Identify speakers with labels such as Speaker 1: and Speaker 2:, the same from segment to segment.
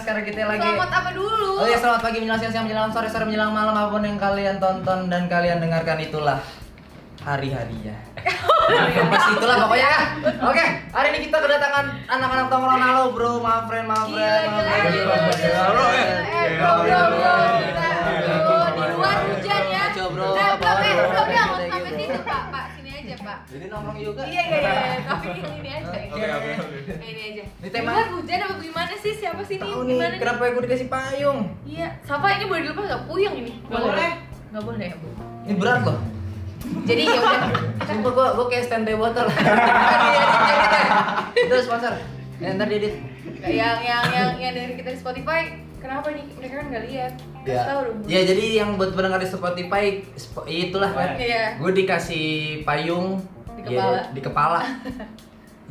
Speaker 1: sekarang kita lagi
Speaker 2: Selamat apa dulu?
Speaker 1: Oh ya selamat pagi menjelang siang, siang menjelang sore, sore menjelang malam apapun yang kalian tonton dan kalian dengarkan itulah hari-hari ya. Informasi itulah pokoknya ya. Oke, hari ini kita kedatangan anak-anak tongkrongan halo bro, maaf friend, maaf
Speaker 2: Gila,
Speaker 1: friend. maaf
Speaker 2: gila,
Speaker 1: friend.
Speaker 2: gila, gila,
Speaker 3: Halo, eh.
Speaker 2: gila, Iya, eh,
Speaker 3: Gila,
Speaker 2: bro, bro,
Speaker 3: gila,
Speaker 2: bro,
Speaker 3: gila,
Speaker 2: kita,
Speaker 3: gila.
Speaker 2: bro, di luar hujan ya.
Speaker 1: Kacau, bro,
Speaker 2: Eh,
Speaker 1: apa
Speaker 2: belum, eh,
Speaker 1: kabar?
Speaker 2: belum, ya, nggak
Speaker 1: Kayak
Speaker 2: usah sampai
Speaker 1: gitu.
Speaker 2: situ, Pak, Pak, sini aja, Pak.
Speaker 1: Jadi nongkrong juga.
Speaker 2: Iya, iya, iya, tapi ini aja.
Speaker 3: Oke, oke, oke.
Speaker 2: Ini aja.
Speaker 1: Ini
Speaker 2: Di
Speaker 1: tema-
Speaker 2: luar hujan apa gimana sih? Siapa sih ini?
Speaker 1: Tahu nih,
Speaker 2: Gimana nih?
Speaker 1: kenapa gue dikasih payung?
Speaker 2: Iya, Safa ini boleh dilepas nggak? Puyeng ini.
Speaker 4: Nggak boleh.
Speaker 2: Nggak boleh. ya, Bu.
Speaker 1: Ini berat loh.
Speaker 2: Jadi ya udah.
Speaker 1: Sumpah gua gua kayak stand by botol. Itu sponsor. Ya, ntar diedit.
Speaker 2: yang yang yang yang dari kita di Spotify, kenapa nih? Mereka kan nggak lihat.
Speaker 1: Ya.
Speaker 2: Kasih Tahu dong.
Speaker 1: ya jadi yang buat pendengar di Spotify sp- itulah kan.
Speaker 2: Iya.
Speaker 1: Gue dikasih payung ya,
Speaker 2: Di kepala.
Speaker 1: di kepala.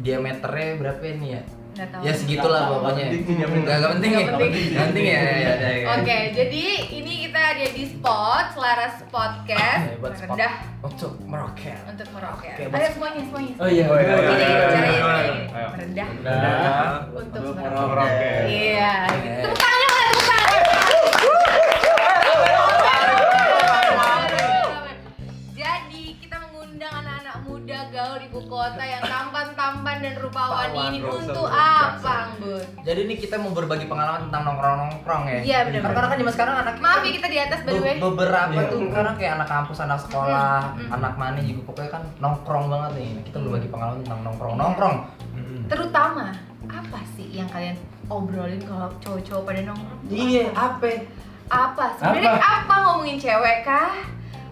Speaker 1: Diameternya berapa nih ya?
Speaker 2: Nggak tahu.
Speaker 1: Ya segitulah
Speaker 3: Nggak tahu,
Speaker 1: pokoknya.
Speaker 3: nggak penting, nggak penting.
Speaker 1: Gak, gak penting ya.
Speaker 2: Nggak penting.
Speaker 1: Nggak penting ya. ya, ya, ya.
Speaker 2: Oke, jadi ini kita ada di spot Selaras Podcast
Speaker 1: Hebat spot.
Speaker 2: rendah
Speaker 1: Untuk meroket.
Speaker 2: untuk meroket.
Speaker 1: Oke,
Speaker 2: Ada semuanya, semuanya.
Speaker 4: Oh iya.
Speaker 3: Oh iya,
Speaker 2: Jadi
Speaker 3: iya, iya,
Speaker 2: caranya
Speaker 3: iya, iya.
Speaker 2: gimana ini?
Speaker 3: Ayo.
Speaker 2: merendah
Speaker 3: Nah,
Speaker 2: untuk
Speaker 4: Untuk
Speaker 2: meroket.
Speaker 3: meroket.
Speaker 2: Iya.
Speaker 1: Oke.
Speaker 2: Tepuk tangannya mana? Tepuk tangan. Jadi kita mengundang anak-anak muda gaul ibu kota yang tampan-tampan dan rupawan
Speaker 3: Rupawan,
Speaker 2: ini
Speaker 3: rupawan,
Speaker 2: untuk
Speaker 3: rupawan.
Speaker 2: apa, Bun?
Speaker 1: Jadi ini kita mau berbagi pengalaman tentang nongkrong-nongkrong ya.
Speaker 2: Iya, benar-benar.
Speaker 1: Karena kan zaman sekarang anak
Speaker 2: Maaf ya kita di atas by the way. Mm,
Speaker 1: Be- beberapa
Speaker 3: Iya.
Speaker 1: tuh karena kayak anak kampus, anak sekolah,
Speaker 2: Mm-mm.
Speaker 1: anak mana juga pokoknya kan nongkrong banget nih. Kita
Speaker 2: Mm.
Speaker 1: berbagi pengalaman tentang nongkrong, nongkrong.
Speaker 2: Terutama apa sih yang kalian obrolin kalau cowok-cowok pada nongkrong?
Speaker 1: Iya, apa?
Speaker 2: Apa? Sebenarnya apa?
Speaker 4: Apa?
Speaker 2: ngomongin cewek kah?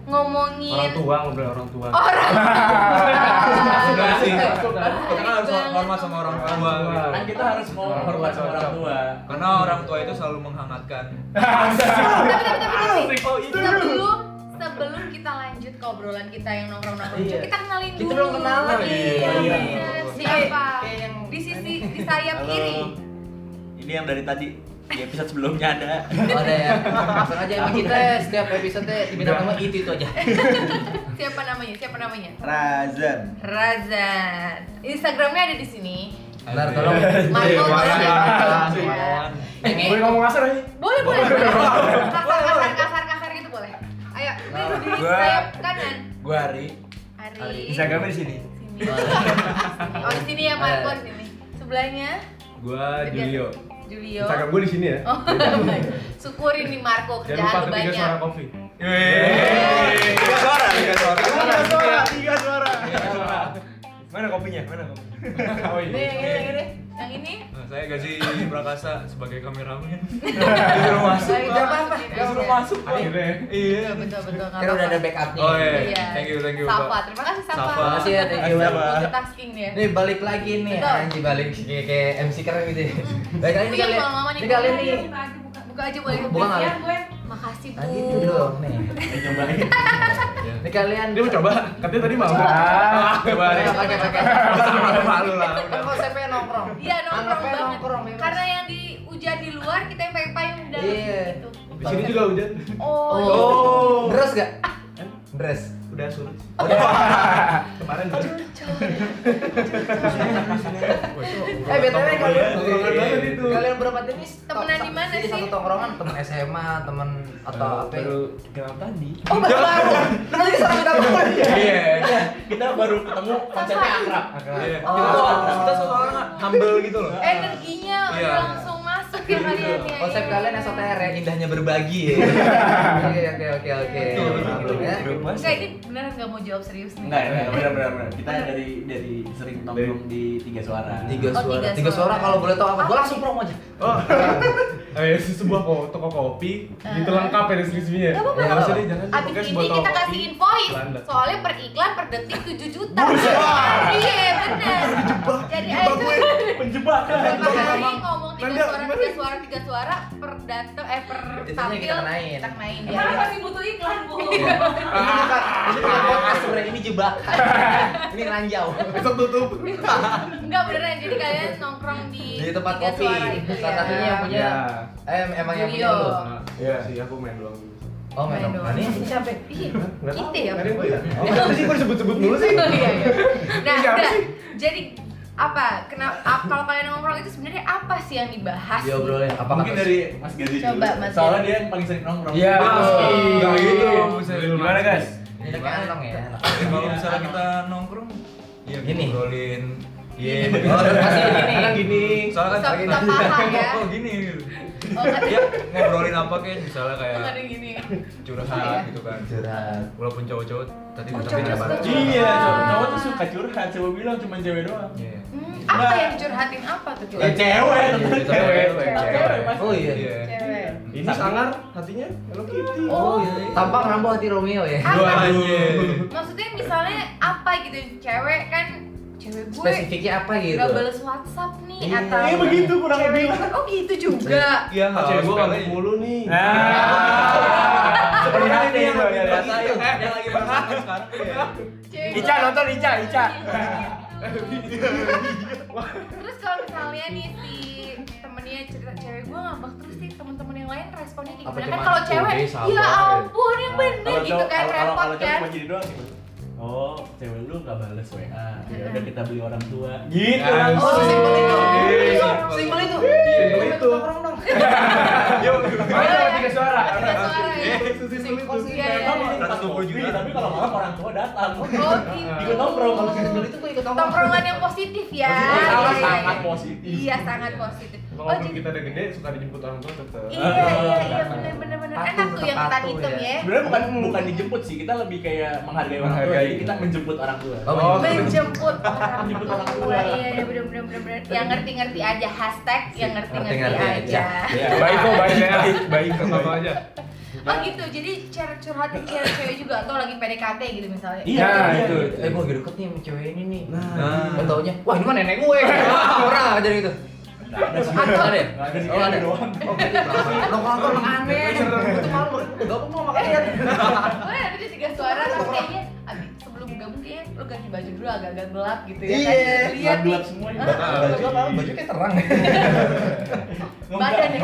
Speaker 3: Orang
Speaker 2: Ngomongin
Speaker 3: tua ngobrol orang tua.
Speaker 2: orang
Speaker 3: Enggak sih.
Speaker 4: Masuk, kan?
Speaker 3: Kita kan harus hormat sama orang tua. gitu.
Speaker 4: Kan kita harus mau hormat sama orang tua.
Speaker 3: Karena orang tua itu selalu menghangatkan.
Speaker 2: tapi tapi tapi tapi sebelum sebelum kita lanjut ke obrolan kita yang nongkrong-nongkrong
Speaker 1: Iya.
Speaker 2: kita kenalin dulu
Speaker 1: Kita belum kenalan
Speaker 3: Iya,
Speaker 1: nih.
Speaker 3: iya, iya.
Speaker 2: Bener.
Speaker 1: Kayak-
Speaker 2: siapa
Speaker 1: kayak yang-
Speaker 2: di sisi di sayap kiri
Speaker 5: Ini yang dari tadi di episode sebelumnya ada.
Speaker 1: Oh, ada ya. Langsung aja emang kita setiap episode diminta nama itu itu aja.
Speaker 2: siapa namanya siapa namanya
Speaker 5: Razan.
Speaker 2: Razan Instagramnya ada di sini
Speaker 1: Bentar, tolong.
Speaker 4: Iya.
Speaker 2: Marco tolong ya
Speaker 3: Marco.
Speaker 2: Iya.
Speaker 1: Yang ini.
Speaker 4: ngomong kasar nih?
Speaker 2: boleh boleh boleh kasar kasar kasar kasar gitu boleh ayo Riru di
Speaker 4: Gua-
Speaker 2: sayap kanan
Speaker 4: Gua Ari.
Speaker 2: Ari
Speaker 4: Instagramnya di sini.
Speaker 2: Sini. oh di sini ya Marco di sini sebelahnya
Speaker 4: Eh,
Speaker 3: Gua Julio.
Speaker 2: Julio
Speaker 4: gue di sini ya.
Speaker 2: Oh, syukurin nih Marco
Speaker 3: Jangan lupa
Speaker 2: kerjaan lu
Speaker 3: ketiga
Speaker 2: banyak
Speaker 3: suara kopi.
Speaker 5: Tiga suara.
Speaker 3: Tiga suara.
Speaker 5: Tiga suara.
Speaker 3: Tiga suara.
Speaker 4: Mana kopinya? Mana kopinya? Oh
Speaker 5: iya.
Speaker 2: ini yang ini yang ini yang ini
Speaker 3: Nah, Saya gaji Prakasa sebagai kameramen.
Speaker 4: Disuruh masuk.
Speaker 2: Baik,
Speaker 1: Gak apa-apa,
Speaker 2: masukin
Speaker 1: gak
Speaker 2: aja.
Speaker 1: suruh
Speaker 4: Masuk gua.
Speaker 3: Iya.
Speaker 2: betul betul nggak
Speaker 1: Kan udah
Speaker 2: apa-apa.
Speaker 1: ada backupnya.
Speaker 3: Oh iya.
Speaker 2: Iya.
Speaker 3: Thank you, thank you.
Speaker 2: Sapa
Speaker 3: Pak.
Speaker 2: terima kasih Sapa
Speaker 3: Sapa.
Speaker 1: Terima kasih ya, thank you.
Speaker 5: Sapa.
Speaker 2: multitasking dia
Speaker 1: Nih balik lagi nih,
Speaker 2: Betul.
Speaker 1: anjing balik kayak kayak MC keren gitu. ya. Baik kali ini
Speaker 2: Iya,
Speaker 1: kalian,
Speaker 2: lama-lama nih.
Speaker 1: ini kalian nih.
Speaker 2: buka aja boleh
Speaker 1: Buka nggak?
Speaker 2: Iya, gue makasih bu
Speaker 1: Nah gitu dong nih.
Speaker 5: Nyobain.
Speaker 1: Ini kalian.
Speaker 4: Dia mau coba. Katanya tadi mau.
Speaker 3: Coba
Speaker 1: Pakai
Speaker 3: Ari.
Speaker 1: pakai pakai.
Speaker 3: Sama malu lah.
Speaker 1: Kan konsepnya nongkrong.
Speaker 2: Iya nongkrong
Speaker 1: Anaknya
Speaker 2: banget
Speaker 1: nongkrong ya, bebas.
Speaker 2: karena yang di hujan di luar kita yang pakai payung di dalam
Speaker 1: Iya.
Speaker 2: gitu
Speaker 4: Di sini juga hujan.
Speaker 2: oh,
Speaker 1: Oh.
Speaker 2: iya.
Speaker 1: Dress gak? Dress.
Speaker 4: Udah surut. Kemarin
Speaker 2: Aduh, coy.
Speaker 1: Eh BTW kalian
Speaker 4: Tongkrongan banget itu.
Speaker 1: Kalian berempat ini
Speaker 2: Temenan
Speaker 1: to-
Speaker 2: di mana
Speaker 1: sini
Speaker 2: sih?
Speaker 1: Satu tongkrongan, temen SMA, temen atau apa? ya?
Speaker 4: Baru kenal tadi.
Speaker 1: Oh, baru baru. Nanti sama kita dulu.
Speaker 3: Iya.
Speaker 5: Kita baru ketemu konsepnya akrab.
Speaker 3: Iya.
Speaker 1: Oh.
Speaker 3: Kita soalnya kita soalnya humble gitu loh.
Speaker 2: Eh, energinya udah
Speaker 3: Iya.
Speaker 2: langsung masuk ya kalian ya
Speaker 1: Konsep
Speaker 2: iya.
Speaker 1: kalian iya, esoter ya, indahnya berbagi ya. Oke, oke, oke, oke.
Speaker 3: Betul,
Speaker 5: betul,
Speaker 3: Iya.
Speaker 1: Ya.
Speaker 5: betul.
Speaker 2: Enggak, ini beneran nggak mau jawab serius nih
Speaker 5: Gitu. Enggak, enggak, benar benar benar. Kita dari dari sering nongkrong di tiga suara.
Speaker 1: Tiga
Speaker 2: Oh,
Speaker 1: suara.
Speaker 2: tiga
Speaker 1: Tiga
Speaker 2: suara.
Speaker 1: suara kalau boleh tahu apa? Gua langsung promo aja.
Speaker 4: Oh, eh, sebuah ko- toko kopi gitu lengkap ya deskripsinya.
Speaker 2: Gak apa-apa,
Speaker 4: Ya,
Speaker 2: gak
Speaker 4: nggak usah
Speaker 2: apa-apa.
Speaker 4: deh, jangan.
Speaker 2: Abis
Speaker 4: Pokoknya
Speaker 2: ini
Speaker 4: sebuah toko
Speaker 2: kita
Speaker 4: kopi.
Speaker 2: kasih invoice
Speaker 4: Belanda.
Speaker 2: Soalnya per iklan per detik 7 juta Wah, Iya bener Jadi ayo
Speaker 4: Menjebak.
Speaker 2: Berapa hari ngomong tiga
Speaker 4: Belanda,
Speaker 2: suara,
Speaker 4: gimana?
Speaker 2: tiga suara, tiga suara Per dateng, eh per
Speaker 1: Itu yang
Speaker 2: tampil
Speaker 1: kita kenain.
Speaker 2: Kita kenain ya
Speaker 6: Karena masih butuh iklan, Bu.
Speaker 1: Ini bukan ini bukan podcast sebenarnya, Ah, ini jebakan. Ini ranjau.
Speaker 4: Besok tutup.
Speaker 2: Enggak beneran, jadi kalian nongkrong di
Speaker 1: Di tempat
Speaker 2: tiga
Speaker 1: kopi.
Speaker 2: suara itu
Speaker 1: Salah
Speaker 2: ya.
Speaker 1: satunya yang punya
Speaker 4: Iya.
Speaker 1: eh emang yang punya
Speaker 2: Julio.
Speaker 1: lu.
Speaker 4: Iya sih, aku main doang dulu.
Speaker 1: Oh, main dong. Ini ini siapa?
Speaker 2: Iya,
Speaker 4: Nggak tahu,
Speaker 2: kita ya
Speaker 1: Oh, iya,
Speaker 4: nggak ada yang punya. Oh, kenapa sih kok disebut-sebut mulu sih?
Speaker 2: Iya, iya. Nah,
Speaker 4: Siapa
Speaker 2: udah.
Speaker 4: sih?
Speaker 2: Jadi apa kenapa ap- kalau kalian nongkrong itu sebenarnya apa sih yang dibahas
Speaker 1: diobrolin apa
Speaker 5: Mungkin
Speaker 1: kata-
Speaker 5: dari Mas Gazi dulu.
Speaker 2: Coba, Mas
Speaker 5: Soalnya
Speaker 2: Gazi.
Speaker 5: dia yang paling sering nongkrong.
Speaker 1: Iya, pasti.
Speaker 3: Enggak
Speaker 4: Iya,
Speaker 3: gitu.
Speaker 4: Gimana, guys?
Speaker 1: ini kayak anak ya anak.
Speaker 3: Eh, Kalau misalnya kita nongkrong, ya
Speaker 1: Gini.
Speaker 3: ngobrolin. Iya,
Speaker 1: Oh, pasti begini.
Speaker 3: Kan gini. Soalnya kan
Speaker 2: Bisa-
Speaker 3: sakit
Speaker 2: bisa
Speaker 3: hati.
Speaker 2: paham ya.
Speaker 3: Kok gini gitu.
Speaker 2: oh kata
Speaker 3: Ya, ngobrolin apa kayak misalnya kayak
Speaker 2: ada yang gini
Speaker 3: curhat gitu kan.
Speaker 1: curhat
Speaker 3: Walaupun cowok-cowok tadi
Speaker 2: Iya. Oh,
Speaker 3: udah
Speaker 2: cowok-cowok suka
Speaker 3: banget.
Speaker 2: curhat.
Speaker 5: Iya, cowok cowok tuh suka curhat, coba bilang cuma cewek doang.
Speaker 3: Iya.
Speaker 2: hmm, apa
Speaker 1: Nah.
Speaker 2: yang curhatin apa tuh
Speaker 1: Eh,
Speaker 5: Ya
Speaker 2: Iya, cewek
Speaker 5: cewek, tetep cewek.
Speaker 3: Cewek.
Speaker 5: Mas.
Speaker 1: oh iya
Speaker 3: Iya.
Speaker 2: cewek
Speaker 5: Ini sangar.
Speaker 4: hatinya Hello Kitty.
Speaker 1: oh iya tampak rambu hati Romeo ya
Speaker 2: Apa?
Speaker 3: Dua anjir.
Speaker 2: maksudnya misalnya apa gitu cewek kan cewek gue
Speaker 1: spesifiknya apa gitu
Speaker 2: nggak balas WhatsApp nih
Speaker 1: Iya.
Speaker 2: atau
Speaker 5: Iya begitu kurang
Speaker 2: cewek
Speaker 5: lebih.
Speaker 2: gue, oh gitu juga
Speaker 3: Iya,
Speaker 4: Ah, Cewek
Speaker 3: hal
Speaker 4: gue
Speaker 3: sepele.
Speaker 4: gak mulu nih.
Speaker 5: Ah.
Speaker 4: Seperti
Speaker 5: Ini
Speaker 4: hati
Speaker 5: yang
Speaker 4: yang
Speaker 5: lebih
Speaker 4: ada.
Speaker 5: bahaya,
Speaker 2: Eh,
Speaker 5: yang lagi berhasil sekarang.
Speaker 2: Cewek
Speaker 5: Ica,
Speaker 2: gue-
Speaker 5: nonton Ica, Ica.
Speaker 2: terus kalau misalnya nih si temennya cerita cewek gue ngambek terus sih temen-temen yang lain responnya kayak
Speaker 1: Apa
Speaker 2: gimana
Speaker 1: cuma,
Speaker 2: kan kalau cewek
Speaker 1: "Oke, sabar."
Speaker 2: ya ampun yang bener
Speaker 5: Kalau
Speaker 2: gitu
Speaker 5: cowok-
Speaker 2: kan
Speaker 5: kalau- kalau-
Speaker 2: repot
Speaker 5: kalau cowok
Speaker 2: kan
Speaker 5: cuma gini doang gitu. Oh, cewek lu nggak bales WA. Ya
Speaker 2: Mm-mm.
Speaker 5: udah kita beli orang tua.
Speaker 4: Iya.
Speaker 5: Gitu.
Speaker 4: Nah,
Speaker 3: Ya,
Speaker 1: oh simpel itu
Speaker 3: Iya.
Speaker 1: simpel itu
Speaker 4: Simpel itu.
Speaker 1: Nongkrong dong.
Speaker 3: Iya,
Speaker 4: Mana ada tiga suara?
Speaker 2: Ada suara ya.
Speaker 4: Simpel itu.
Speaker 2: Iya, iya.
Speaker 5: Emang ini pas
Speaker 3: Satu
Speaker 5: kopi,
Speaker 3: juga.
Speaker 5: tapi kalau malam orang tua datang.
Speaker 2: oh
Speaker 5: Ikut
Speaker 2: gitu
Speaker 5: nongkrong kalau
Speaker 1: Simpel itu gue ikut nongkrong
Speaker 2: tongkrongan yang positif ya
Speaker 5: Positif, sangat-
Speaker 2: Iya, iya,
Speaker 5: sangat
Speaker 2: iya.
Speaker 5: positif. gitu.
Speaker 2: iya sangat positif oh
Speaker 4: Walaupun
Speaker 2: jadi
Speaker 4: kita udah gede, suka dijemput orang tua tetep.
Speaker 2: iya iya iya
Speaker 5: Patuh,
Speaker 2: bener bener bener
Speaker 1: tetap
Speaker 2: enak tuh yang ketan
Speaker 1: patuh
Speaker 2: hitam
Speaker 1: ya.
Speaker 2: ya
Speaker 5: Sebenarnya bukan bukan dijemput sih, kita lebih kayak menghargai orang tua.
Speaker 4: Menghargai.
Speaker 5: Jadi kita menjemput orang tua.
Speaker 1: Oh,
Speaker 2: menjemput orang
Speaker 5: Menjemput
Speaker 2: tua
Speaker 5: orang tua.
Speaker 2: iya iya bener bener bener bener. yang ngerti ngerti aja hashtag yang ngerti ngerti
Speaker 1: Ngerti-ngerti
Speaker 2: aja
Speaker 5: Iya.
Speaker 4: Baik kok, baik ya. Baik tetap aja.
Speaker 2: Oh gitu, jadi cara curhatin cewek-cewek juga atau lagi PDKT gitu misalnya.
Speaker 5: Iya,
Speaker 4: Nah,
Speaker 5: iya.
Speaker 4: itu.
Speaker 1: eh gue lagi deket nih sama cewek ini nih
Speaker 3: Nah.
Speaker 1: Gak taunya, wah ini mah nenek gue Orang aja gitu
Speaker 5: Nggak ada sih.
Speaker 1: Atau ada ya?
Speaker 5: Nggak ada sih,
Speaker 1: Oh, ada.
Speaker 5: ada doang.
Speaker 1: Oh, nongkrong nongkrong aneh Itu malu, gak apa mau
Speaker 2: Oh,
Speaker 1: makan
Speaker 2: iya.
Speaker 1: lihat
Speaker 2: Gue ada di tiga iya, suara tapi kayaknya abis sebelum gabung kayaknya lu ganti baju dulu agak-agak gelap gitu ya. kan?
Speaker 1: Iya,
Speaker 2: Lihat nih
Speaker 5: gelap semua ya.
Speaker 2: Ah,
Speaker 1: Baju kayak terang
Speaker 2: badan yang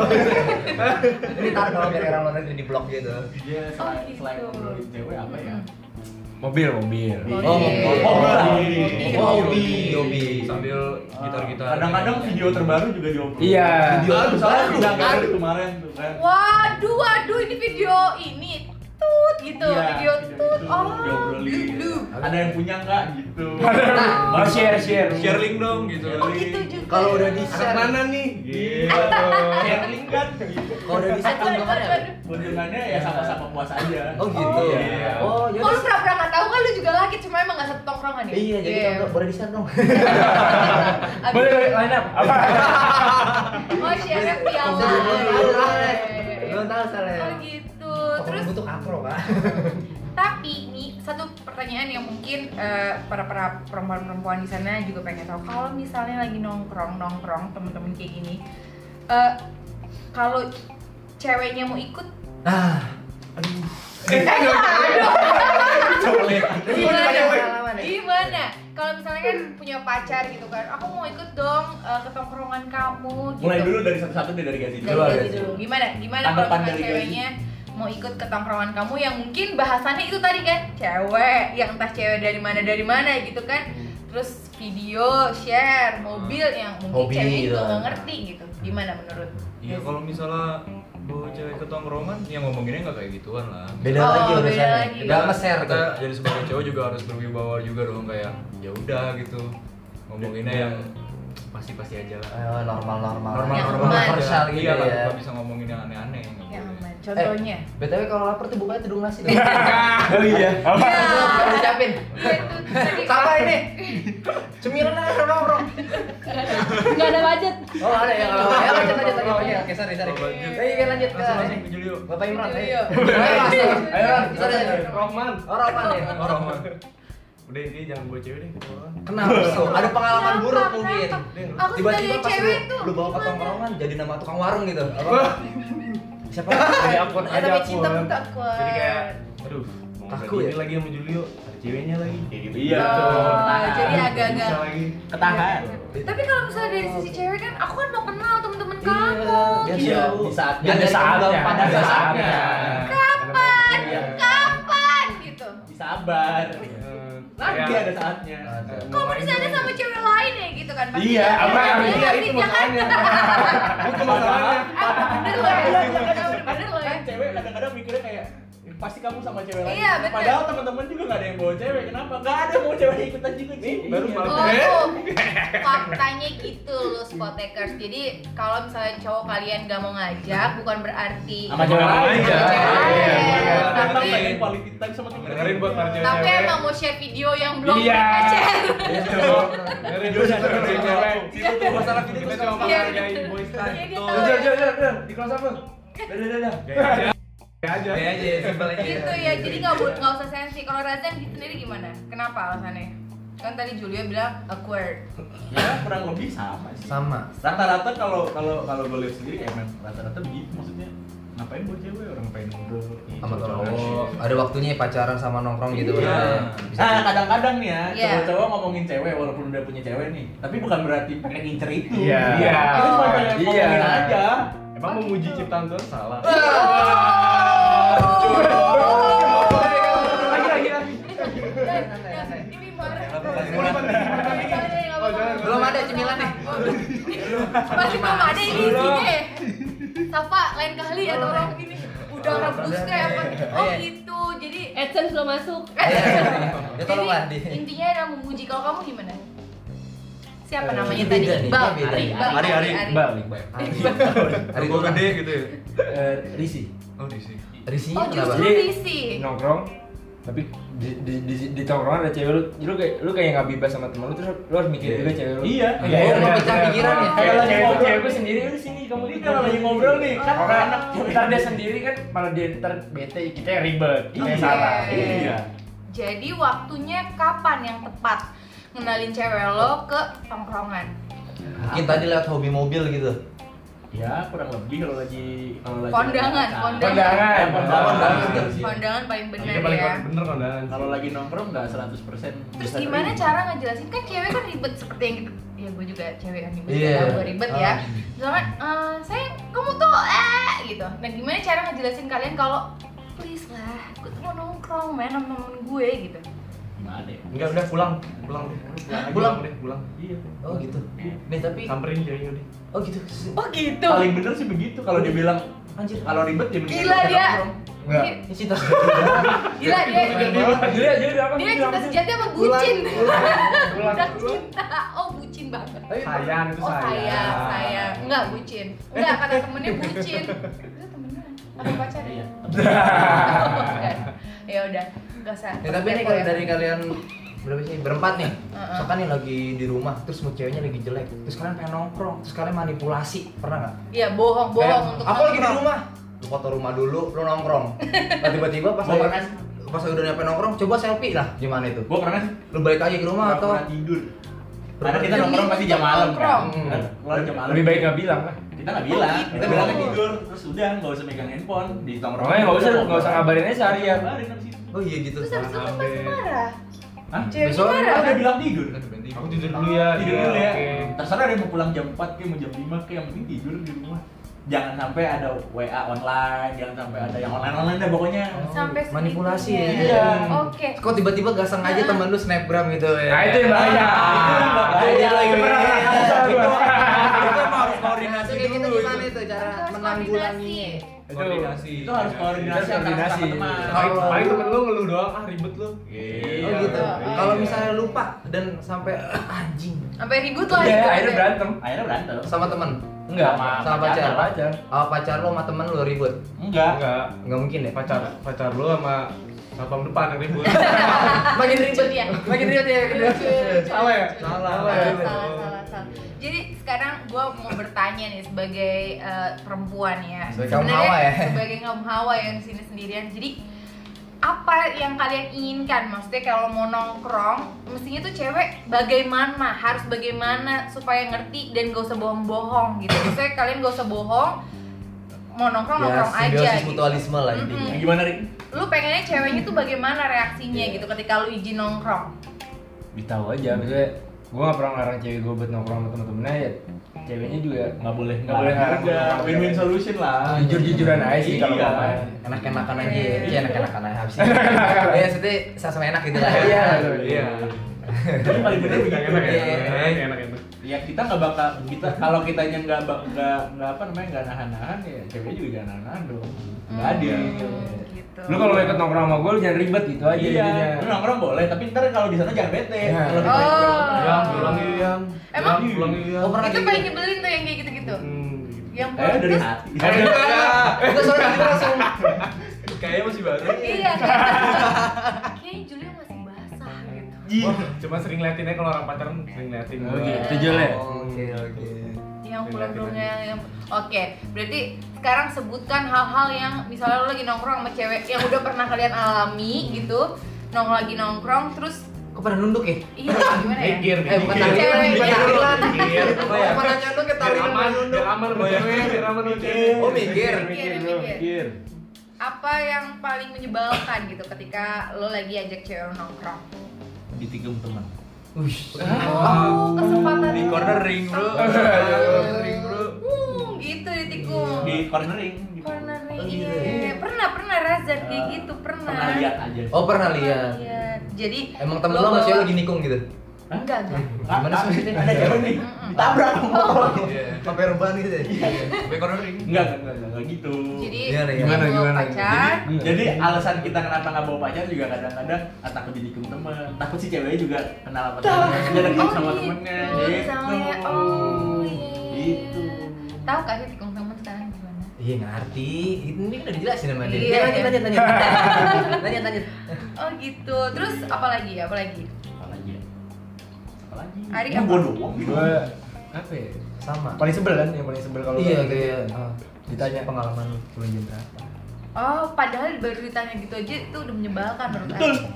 Speaker 1: Ini taruh kalau biar orang luar negeri di blok gitu
Speaker 5: Dia selain
Speaker 2: gitu.
Speaker 5: selain ngobrolin cewek apa ya?
Speaker 3: Mobil, mobil.
Speaker 1: Oh,
Speaker 2: Iya,
Speaker 5: mobil.
Speaker 1: Oh, hobi, hobi
Speaker 3: Sambil gitar-gitar.
Speaker 5: Kadang-kadang video terbaru juga diobrol.
Speaker 4: Iya.
Speaker 5: Video
Speaker 1: Aduh,
Speaker 5: misalnya
Speaker 1: aduh,
Speaker 5: sidang
Speaker 1: aduh.
Speaker 5: baru kemarin tuh kan.
Speaker 2: Waduh, waduh ini video ini tut gitu,
Speaker 5: Iya,
Speaker 2: video tut.
Speaker 5: itu
Speaker 2: Oh,
Speaker 5: diobrolin.
Speaker 2: dudu.
Speaker 5: Ada yang punya nggak gitu.
Speaker 4: Baru share, share.
Speaker 3: Share link dong gitu.
Speaker 2: Oh gitu juga.
Speaker 1: Kalau udah di
Speaker 4: Anak
Speaker 1: share
Speaker 4: mana nih? Gitu.
Speaker 5: Share link kan gitu.
Speaker 1: Kalau udah di share
Speaker 2: Aduh, aduh,
Speaker 1: tanggapannya apa?
Speaker 2: aduh.
Speaker 5: Keuntungannya ya sama-sama puas aja.
Speaker 1: Oh gitu
Speaker 5: Iya.
Speaker 1: Oh
Speaker 2: Kok lu
Speaker 1: yaudah
Speaker 2: pernah-pernah nggak tahu kan lu juga laki cuma emang nggak satu tongkrongan ya?
Speaker 1: Iya, jadi
Speaker 2: Iya.
Speaker 1: tanggung- boleh di share dong
Speaker 2: Abis-
Speaker 4: Boleh line up. Apa?
Speaker 2: Oh, share piala.
Speaker 1: Belum tahu soalnya
Speaker 2: gitu. Oh gitu.
Speaker 1: Terus
Speaker 2: Terus
Speaker 1: butuh akro pak
Speaker 2: tapi nih satu pertanyaan yang mungkin eh, para para perempuan-perempuan di sana juga pengen tahu kalau misalnya lagi nongkrong nongkrong temen-temen kayak gini, eh, kalau ceweknya mau ikut
Speaker 1: Nah
Speaker 2: gimana? Gimana? Kalau misalnya kan punya pacar gitu kan, aku mau ikut dong eh, ke tongkrongan kamu. Gitu.
Speaker 5: Mulai dulu dari satu-satu deh dari gaji
Speaker 2: Dari
Speaker 5: dulu.
Speaker 2: gaji dulu. gitu. Gimana? Gimana kalau
Speaker 5: Gitu Tanggapan
Speaker 2: misalnya
Speaker 5: dari gaji.
Speaker 2: ceweknya mau ikut ke tongkrongan kamu yang mungkin bahasannya itu tadi kan cewek yang entah cewek dari mana dari mana gitu kan terus video share mobil yang mungkin
Speaker 1: Hobi
Speaker 2: ceweknya juga
Speaker 1: gitu.
Speaker 2: nggak ngerti gitu gimana menurut
Speaker 3: Iya, kalau misalnya bawa cewek ke tongkrongan, ya ngomonginnya nggak kayak gituan lah.
Speaker 1: Beda
Speaker 2: Oh,
Speaker 1: lagi
Speaker 2: beda
Speaker 1: urusannya
Speaker 2: lagi.
Speaker 1: Gak nge-share
Speaker 3: Iya. kita
Speaker 1: tuh
Speaker 3: jadi sebagai cowok juga harus berwibawa juga dong kayak ya udah gitu ngomonginnya yang pasti pasti aja lah
Speaker 1: Ayo, Eh, normal-normal
Speaker 3: normal
Speaker 2: Yang
Speaker 3: normal
Speaker 2: aman.
Speaker 3: aja
Speaker 1: Universal Iya. gitu
Speaker 3: iya kan
Speaker 1: ya Eh,
Speaker 3: nggak bisa ngomongin yang aneh aneh
Speaker 2: yang
Speaker 3: nggak boleh
Speaker 2: aman Ya, contohnya
Speaker 1: BTW kalau lapar tuh bukanya tudung nasi
Speaker 4: Oh iya. Apa?
Speaker 2: Ya.
Speaker 1: Harus siapin
Speaker 2: Iya, itu tadi.
Speaker 1: Salah ini Cemilan aja sama nongkrong
Speaker 2: nggak ada budget
Speaker 1: Oh ada
Speaker 2: Iya,
Speaker 1: ya kalau Ya lanjut lanjut lanjut lanjut. Oke sorry sorry
Speaker 3: Oh, lanjut.
Speaker 1: Ayo kita lanjut ke
Speaker 3: langsung langsung ke Julio
Speaker 1: Bapak Imran ayo.
Speaker 2: Julio.
Speaker 1: Ayo langsung Ayo Ran sorry sorry
Speaker 4: Rohman.
Speaker 1: Orang apa nih?
Speaker 3: orang mah
Speaker 4: Udah ini jangan bawa cewek deh. ke tongkrongan.
Speaker 1: Kenapa? So? Ada pengalaman
Speaker 2: Kenapa?
Speaker 1: buruk mungkin
Speaker 2: Kenapa? Aku
Speaker 1: Tiba-tiba
Speaker 2: sebagai
Speaker 1: pas lu,
Speaker 2: cewek tuh
Speaker 1: lu bawa ke
Speaker 2: gimana?
Speaker 1: tongkrongan jadi nama tukang warung gitu
Speaker 4: Wah.
Speaker 1: Siapa?
Speaker 4: Ada akun,
Speaker 2: Ada
Speaker 4: ada
Speaker 2: tapi
Speaker 4: akun.
Speaker 2: cinta pun takut.
Speaker 4: Jadi kayak, aduh, mau
Speaker 1: Kaku
Speaker 4: pergi
Speaker 1: ya?
Speaker 4: lagi sama Julio, ada ceweknya lagi. Kayak gitu.
Speaker 5: Iya.
Speaker 2: Oh,
Speaker 5: Nah,
Speaker 2: jadi
Speaker 4: Bisa
Speaker 2: agak-agak
Speaker 4: lagi.
Speaker 5: Ketahan.
Speaker 2: Tapi kalau misalnya dari sisi cewek kan, aku kan mau kenal temen-temen kamu.
Speaker 1: Biar
Speaker 5: Iya,
Speaker 1: seru.
Speaker 5: di saatnya.
Speaker 1: Biar
Speaker 5: Ada
Speaker 1: dari kamu
Speaker 5: saatnya.
Speaker 1: gampang.
Speaker 5: Ada saatnya.
Speaker 2: Kapan?
Speaker 5: Iya.
Speaker 2: Kapan? Gitu.
Speaker 5: Sabar.
Speaker 4: Eh,
Speaker 5: Nanti
Speaker 4: kayak- Iya.
Speaker 5: ada saatnya.
Speaker 1: Ada.
Speaker 2: Kamu bisa ada sama cewek lain ya gitu kan pasti.
Speaker 4: Iya,
Speaker 2: Ya,
Speaker 4: apa
Speaker 2: ya,
Speaker 4: iya,
Speaker 2: ya,
Speaker 4: itu
Speaker 2: ya kan?
Speaker 4: masalahnya. itu masalahnya.
Speaker 2: Ah, bener loh
Speaker 4: Iya,
Speaker 2: ya. Bener loh ya.
Speaker 5: Iya, Kan cewek kadang-kadang mikirnya kayak "Ih, pasti kamu sama cewek lagi.
Speaker 2: Iya, bener.
Speaker 5: Padahal teman-teman juga gak ada yang bawa cewek. Kenapa? Gak ada yang bawa cewek ikutan juga sih.
Speaker 4: baru malah-
Speaker 2: Oh,
Speaker 4: Eh?
Speaker 2: faktanya gitu loh spotekers. Jadi kalau misalnya cowok kalian gak mau ngajak, bukan berarti
Speaker 5: Sama cewek lain.
Speaker 4: Iya, iya, iya.
Speaker 5: Tapi
Speaker 2: Tapi-
Speaker 5: pengen quality time sama temen
Speaker 4: Dengerin buat para cewek.
Speaker 2: tapi emang mau share video yang belum
Speaker 4: Iya.
Speaker 2: mereka share.
Speaker 4: Itu. Dengerin dulu
Speaker 5: Iya.
Speaker 4: situ dengerin cewek.
Speaker 5: Situ tuh masalah kita
Speaker 4: Kita
Speaker 5: tuh
Speaker 4: cuma
Speaker 2: Iya.
Speaker 4: menghargai boys time.
Speaker 2: Iya, dia
Speaker 4: Tuh.
Speaker 2: tahu
Speaker 4: Jujur,
Speaker 2: ya.
Speaker 4: jujur, jujur. Di kelas apa?
Speaker 5: Dadah, dadah.
Speaker 4: Gaya aja.
Speaker 1: Iya,
Speaker 3: Ya aja, simpel aja.
Speaker 2: gitu ya jadi nggak bu- nggak usah sensi kalau Razan gitu sendiri gimana kenapa alasannya kan tadi Julia bilang awkward
Speaker 5: Ya kurang lebih sama sih.
Speaker 1: Sama.
Speaker 5: Rata-rata kalau kalau kalau gue lihat sendiri emang rata-rata begitu maksudnya. Ngapain buat cewek orang pengen ngobrol. gitu.
Speaker 1: Sama cowok. Ada waktunya ya pacaran sama nongkrong gitu.
Speaker 5: Iya.
Speaker 1: bener. Bisa
Speaker 5: Nah,
Speaker 1: gitu.
Speaker 5: kadang-kadang nih ya,
Speaker 2: Iya.
Speaker 5: cowok-cowok ngomongin cewek walaupun udah punya cewek nih, tapi bukan berarti pengen ngincer itu.
Speaker 4: Iya.
Speaker 5: Itu
Speaker 1: Oh.
Speaker 5: cuma pengen
Speaker 4: Iya.
Speaker 5: ngomongin aja.
Speaker 1: Iya.
Speaker 4: Emang memuji ciptaan Tuhan salah. Lagi, lagi, lagi.
Speaker 2: ini marah
Speaker 4: Oh, jangan.
Speaker 1: Belum ada cemilan nih.
Speaker 2: masih belum ada ini isinya ya. Safa lain kali ya tolong ini udah rebus kayak apa gitu oh
Speaker 1: Iya.
Speaker 2: gitu jadi
Speaker 6: AdSense belum masuk.
Speaker 1: Ya tolonglah di.
Speaker 2: Jadi, intinya adalah memuji kalau kamu gimana siapa
Speaker 1: Eh,
Speaker 2: namanya
Speaker 1: ini
Speaker 2: tadi
Speaker 1: beda nih,
Speaker 2: Iqbal
Speaker 1: ini beda.
Speaker 2: Iqbal,
Speaker 5: Ari, Ari, Iqbal,
Speaker 1: Ah, iya. Hari
Speaker 3: Gue gede gitu ya.
Speaker 5: Eh, Risi.
Speaker 3: Oh di sini.
Speaker 1: Risinya
Speaker 2: oh
Speaker 1: kenapa?
Speaker 2: justru
Speaker 7: Jadi-
Speaker 2: Risi
Speaker 1: Iya.
Speaker 7: nongkrong tapi di di di, di tongkrongan ada cewek lu lu kayak lu kayak nggak bebas sama temen lu terus lu harus mikir juga cewek lu
Speaker 5: Iya. Ah.
Speaker 7: Iya,
Speaker 1: Oh,
Speaker 7: iya.
Speaker 1: mau pecah pikiran ya?
Speaker 7: Kayak
Speaker 5: Kan Kalau lagi
Speaker 7: lagi
Speaker 5: ngobrol.
Speaker 7: cewek gue sendiri udah sini kamu
Speaker 5: Ini kalau lagi ngobrol nih, kan
Speaker 7: Orang
Speaker 5: anak cewek.
Speaker 7: ntar dia sendiri kan malah dia ntar bete kita yang ribet kita yang
Speaker 5: Iya.
Speaker 7: salah
Speaker 5: Iya.
Speaker 2: Jadi waktunya kapan yang tepat ngenalin cewek lo ke tongkrongan?
Speaker 1: Mungkin tadi lewat hobi mobil gitu.
Speaker 5: Ya, kurang lebih kalau lagi kalau lagi
Speaker 2: Kondangan,
Speaker 5: acara.
Speaker 2: kondangan.
Speaker 7: Nah, kondangan
Speaker 5: Eh, kondangan.
Speaker 7: Kondangan.
Speaker 3: Iya.
Speaker 2: Pandangan paling benar
Speaker 4: Dia paling
Speaker 2: ya.
Speaker 4: bener kan dan.
Speaker 5: Kalau lagi nongkrong nggak 100%
Speaker 2: Terus
Speaker 5: bisa
Speaker 2: gimana
Speaker 5: terima.
Speaker 2: cara ngejelasin kan cewek kan ribet seperti yang kita ya gue juga cewek yang ribet
Speaker 1: Iya.
Speaker 2: yeah. gue ribet ya misalkan eh saya kamu tuh eh gitu nah gimana cara ngejelasin kalian kalau please lah gue tuh mau nongkrong main sama temen gue gitu
Speaker 5: Gimana ya?
Speaker 4: Enggak udah pulang, pulang. aja,
Speaker 1: Pulang.
Speaker 4: deh, pulang.
Speaker 5: Iya.
Speaker 1: Oh gitu. Nih tapi
Speaker 4: Samperin ceweknya udah.
Speaker 1: oh gitu.
Speaker 2: oh gitu
Speaker 5: Paling bener sih begitu kalau dia bilang
Speaker 2: Oh,
Speaker 1: Anjir.
Speaker 5: kalau ribet dia mendingan
Speaker 2: Gila dia.
Speaker 5: kita Iya. nongkrong.
Speaker 7: Enggak.
Speaker 1: Ini cinta.
Speaker 2: gila dia dia,
Speaker 7: Jadi aja udah apa?
Speaker 2: dia
Speaker 7: bilang
Speaker 2: cinta
Speaker 7: sih?
Speaker 2: sejati sama bucin
Speaker 4: Pulang.
Speaker 2: udah cinta oh bucin banget
Speaker 4: Sayang itu
Speaker 2: Oh sayang,
Speaker 4: sayang.
Speaker 2: sayang. Enggak bucin. Enggak kata temennya bucin. Itu temenan. Apa pacar ya?
Speaker 5: Iya.
Speaker 2: Ya udah, enggak usah.
Speaker 1: Ya, tapi ini kalau dari kalian berapa sih? Berempat nih.
Speaker 2: Heeh.
Speaker 1: Misalkan nih lagi di rumah, terus mood ceweknya lagi jelek, terus kalian pengen nongkrong, terus kalian manipulasi, pernah nggak?
Speaker 2: Iya, bohong,
Speaker 1: Kayak,
Speaker 2: bohong untuk
Speaker 1: Aku lagi di
Speaker 2: nongkrong."
Speaker 1: rumah. Lu foto rumah dulu, lu nongkrong. Nah, tiba-tiba pas
Speaker 5: Gua
Speaker 1: lagi-
Speaker 5: pernah sih.
Speaker 1: pas lagi udah nyampe nongkrong, coba selfie lah. Gimana itu?
Speaker 5: Gua pernah sih
Speaker 1: Lu balik lagi ke rumah atau
Speaker 5: pernah tidur. Karena kita
Speaker 2: Demi
Speaker 5: nongkrong pasti jam malam kan.
Speaker 2: nongkrong.
Speaker 5: Nah, Kalau jam malam
Speaker 7: Lebih baik nggak bilang lah.
Speaker 5: kita nggak bilang,
Speaker 2: Oh, gitu.
Speaker 5: kita bilangnya tidur. Terus udah nggak usah megang handphone di nongkrong.
Speaker 7: Orangnya nggak usah nggak usah ngabarin aja seharian.
Speaker 5: Ngabarin abis itu.
Speaker 1: Oh iya gitu.
Speaker 2: Terus habis itu kan
Speaker 4: Sampai-
Speaker 2: pasti marah.
Speaker 5: Hah?
Speaker 2: Ceweknya
Speaker 1: Besok-
Speaker 2: marah.
Speaker 5: Kan udah
Speaker 2: kan?
Speaker 5: bilang tidur.
Speaker 3: Kita ganti.
Speaker 4: Aku tidur dulu ya.
Speaker 5: Tidur dulu ya.
Speaker 4: oke.
Speaker 5: Terserah dia mau pulang jam 4 kayak mau jam 5 kayak yang penting tidur di rumah. Jangan sampai ada WA online, jangan sampai ada yang online-online deh pokoknya.
Speaker 2: Sampai segitunya.
Speaker 1: manipulasi ya.
Speaker 5: Iya.
Speaker 2: Oke.
Speaker 1: Kok tiba-tiba gak sengaja temen lu snapgram gitu ya?
Speaker 7: Nah itu yang
Speaker 4: Ah,
Speaker 7: bahaya.
Speaker 4: Nah,
Speaker 5: Itu yang bahaya.
Speaker 7: Itu pernah pernah. Itu
Speaker 5: Itu- itu emang iya, harus
Speaker 1: Nah,
Speaker 5: koordinasi
Speaker 1: itu kayak
Speaker 5: dulu
Speaker 1: gitu
Speaker 5: itu.
Speaker 1: gimana itu cara
Speaker 2: Harus
Speaker 1: menanggulanginya?
Speaker 3: Koordinasi.
Speaker 5: Itu harus koordinasi
Speaker 7: Itu harus
Speaker 5: antara
Speaker 7: koordinasi.
Speaker 5: sama teman.
Speaker 4: Paling- Paling temen lu ngeluh doang, ah ribet lu.
Speaker 1: Oh
Speaker 5: Iya.
Speaker 1: gitu.
Speaker 2: Iya.
Speaker 1: Kalau misalnya lupa dan sampai anjing
Speaker 2: Sampai ribut lah.
Speaker 7: Iya,
Speaker 2: gitu.
Speaker 7: akhirnya berantem.
Speaker 5: Akhirnya berantem.
Speaker 1: sama temen
Speaker 7: Enggak,
Speaker 1: sama pacar.
Speaker 7: Sama pacar.
Speaker 1: Oh, pacar lu sama temen lu ribut?
Speaker 5: Enggak.
Speaker 4: Enggak.
Speaker 1: Nggak mungkin ya?
Speaker 4: Pacar pacar lu sama satpam depan yang ribut.
Speaker 1: Makin ribet
Speaker 2: Lucu dia.
Speaker 1: Makin ribet ya kedua.
Speaker 2: Lucu, lucu,
Speaker 4: Salah ya?
Speaker 2: lucu.
Speaker 1: Salah.
Speaker 2: salah,
Speaker 4: Salah.
Speaker 2: salah, salah, salah. Jadi sekarang gue mau bertanya nih sebagai eh, perempuan ya.
Speaker 1: Sebagai kaum
Speaker 2: Sebenarnya
Speaker 1: hawa ya.
Speaker 2: Sebagai kaum hawa yang di sini sendirian. Jadi apa yang kalian inginkan? Maksudnya kalau mau nongkrong, mestinya tuh cewek bagaimana? Harus bagaimana supaya ngerti dan gak usah bohong-bohong gitu. Maksudnya kalian gak usah bohong, mau nongkrong
Speaker 1: Ya,
Speaker 2: nongkrong aja.
Speaker 1: simbiosis
Speaker 2: Gitu.
Speaker 1: mutualisme lah
Speaker 2: Mm-mm.
Speaker 1: intinya.
Speaker 5: Yang Nah, gimana, Rik?
Speaker 2: Lu pengennya ceweknya tuh bagaimana reaksinya
Speaker 5: Iya.
Speaker 2: gitu ketika lu izin nongkrong?
Speaker 7: Ditahu aja,
Speaker 3: Hmm.
Speaker 7: maksudnya gue gak pernah ngarang cewek gue buat nongkrong sama temen-temennya ya ceweknya juga
Speaker 5: Nggak boleh
Speaker 7: Nggak boleh
Speaker 5: ngelarang
Speaker 7: ngelarang.
Speaker 5: juga. Win-win solution lah.
Speaker 7: jujur-jujuran aja sih kalau
Speaker 5: Iya.
Speaker 7: mau main
Speaker 1: Enak-enakan aja.
Speaker 2: Iya.
Speaker 1: Iya, enak-enakan aja habis. itu. Ya, maksudnya sama-sama enak gitu lah.
Speaker 7: Iya.
Speaker 4: Iya.
Speaker 5: Tapi paling bener begitu.
Speaker 4: Enak-enak ya.
Speaker 1: Iya.
Speaker 4: Enak-enak.
Speaker 5: ya kita nggak bakal kita kalau kitanya nggak bak- nggak nggak apa namanya nggak nahan-nahan ya ceweknya juga nggak nahan-nahan dong nggak
Speaker 7: Hmm.
Speaker 5: adil
Speaker 7: Iya.
Speaker 2: gitu.
Speaker 7: Lu kalau ikut nongkrong sama gue lu jangan ribet gitu aja
Speaker 5: iya
Speaker 7: jadinya.
Speaker 5: lu nongkrong boleh tapi ntar kalau di sana jangan bete
Speaker 7: Ya.
Speaker 5: kalau di
Speaker 2: Oh.
Speaker 5: nongkrong.
Speaker 3: Yang bilang iya yang.
Speaker 2: Emang-
Speaker 3: Yang bilang iya.
Speaker 1: Oh, pernah
Speaker 2: itu
Speaker 1: kayak
Speaker 2: paling
Speaker 1: gitu.
Speaker 2: nyebelin tuh yang kayak gitu-gitu.
Speaker 7: Hmm.
Speaker 4: gitu.
Speaker 2: Yang
Speaker 5: Eh, dari
Speaker 2: terus-
Speaker 5: hati
Speaker 1: Itu soalnya Iya. kita langsung
Speaker 3: Kayaknya masih baru.
Speaker 2: Iya. kayak- Kayaknya Julia masih basah gitu.
Speaker 4: Wah, cuma sering liatin aja kalau orang pacaran sering liatin.
Speaker 7: Oh
Speaker 4: Gua-
Speaker 7: gitu Jole.
Speaker 1: Oke, oke.
Speaker 2: Yang pulang-pulangnya yang Oke, berarti sekarang sebutkan hal-hal yang misalnya lo lagi nongkrong sama cewek yang udah pernah kalian alami gitu. Nong lagi nongkrong terus
Speaker 1: Kok pada nunduk ya?
Speaker 2: iya gimana ya?
Speaker 4: Mikir,
Speaker 1: Eh, bukan
Speaker 4: mikir.
Speaker 2: tarian, bukan
Speaker 4: Mikir dulu,
Speaker 1: tarian.
Speaker 4: mikir.
Speaker 1: Kok pada nyanduk ya
Speaker 4: Biar
Speaker 1: tali
Speaker 4: aman,
Speaker 1: nunduk?
Speaker 4: biar aman sama cewek, biar aman sama cewek.
Speaker 1: Oh, mikir.
Speaker 2: Mikir, mikir.
Speaker 7: Mikir.
Speaker 2: Apa yang paling menyebalkan gitu ketika lo lagi ajak cewek nongkrong?
Speaker 5: ditikung teman
Speaker 1: Ah.
Speaker 2: Oh, kesempatan
Speaker 3: Di
Speaker 2: itu.
Speaker 3: cornering, Ah, bro.
Speaker 2: Cornering, bro. Uh, gitu ditikung.
Speaker 5: di cornering di
Speaker 2: Cornering,
Speaker 1: Oh, gitu
Speaker 2: iya.
Speaker 1: ya?
Speaker 2: Pernah, pernah Razak kayak
Speaker 5: Eh,
Speaker 2: gitu, pernah.
Speaker 5: pernah lihat aja
Speaker 1: Oh,
Speaker 2: Pernah
Speaker 1: pernah lihat.
Speaker 2: lihat. Jadi
Speaker 1: Emang temen lo sama cewek
Speaker 2: bawa-
Speaker 1: lagi nikung gitu?
Speaker 2: Enggak, enggak.
Speaker 1: Gimana sih maksudnya?
Speaker 5: ada cewek nih ditabrak
Speaker 3: Iya.
Speaker 1: Sampai rebahan gitu ya?
Speaker 3: Sampai cornering.
Speaker 5: enggak enggak enggak, enggak gitu
Speaker 2: Jadi ah.
Speaker 1: Gimana,
Speaker 2: lo
Speaker 1: gimana,
Speaker 2: bawa pacar.
Speaker 5: Jadi alasan kita kenapa nggak bawa pacar juga kadang-kadang ah, takut ditikung teman, takut si ceweknya juga kenal sama temennya, jadi kenal sama
Speaker 2: Oh,
Speaker 5: temennya
Speaker 2: gitu, misalnya. Oh, iya.
Speaker 5: Gitu.
Speaker 2: Tahu kan ditikung teman sekarang gimana?
Speaker 1: Iya ngerti, ini kan udah dijelasin sama dia.
Speaker 2: Iya.
Speaker 1: Lanjut, lanjut, lanjut. Lanjut, lanjut.
Speaker 2: Oh gitu. Terus apa lagi? Apa lagi?
Speaker 5: Apalagi ya? Apalagi?
Speaker 2: Ari,
Speaker 5: Ini
Speaker 2: apa?
Speaker 5: gua doang gitu.
Speaker 7: Gue apa ya?
Speaker 1: Sama.
Speaker 7: Paling sebel kan yang paling sebel kalau
Speaker 1: Iya,
Speaker 7: lagi
Speaker 1: kayak ah,
Speaker 7: ditanya
Speaker 1: pengalaman lu bulan jam berapa?
Speaker 2: Oh, padahal baru ditanya gitu aja itu udah menyebalkan menurut
Speaker 5: Betul.
Speaker 2: aku.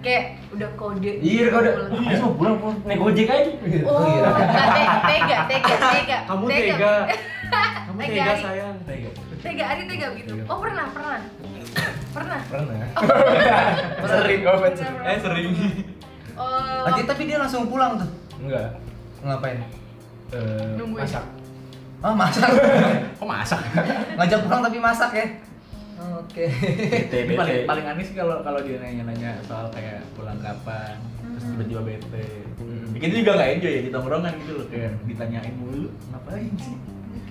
Speaker 2: Kayak udah kode.
Speaker 7: Iya, kau udah. Ayo mau pulang pulang naik gojek aja.
Speaker 2: Oh,
Speaker 1: Iya.
Speaker 2: enggak, te- tega, tega, tega.
Speaker 4: Kamu tega. Kamu
Speaker 2: Tega,
Speaker 4: tega
Speaker 2: Ari.
Speaker 4: sayang.
Speaker 2: Tega, Ari tega gitu. Oh, pernah, pernah. Pernah.
Speaker 7: Pernah.
Speaker 1: Sering.
Speaker 7: Oh,
Speaker 2: Pernah,
Speaker 7: betul.
Speaker 2: pernah.
Speaker 3: Eh sering.
Speaker 2: Oh,
Speaker 1: Tapi, tapi dia langsung pulang tuh.
Speaker 7: Enggak.
Speaker 1: Ngapain?
Speaker 7: Eh,
Speaker 2: Nungguin.
Speaker 7: masak.
Speaker 1: Ah masak.
Speaker 5: Kok masak?
Speaker 1: Ngajak pulang tapi masak ya. Oke.
Speaker 7: Bete,
Speaker 5: Ini paling, paling aneh sih kalau kalau dia nanya-nanya soal kayak pulang kapan, terus
Speaker 2: Hmm.
Speaker 5: tiba-tiba bete. Bikin juga nggak enjoy ya di tongkrongan gitu loh kayak ditanyain mulu, ngapain sih?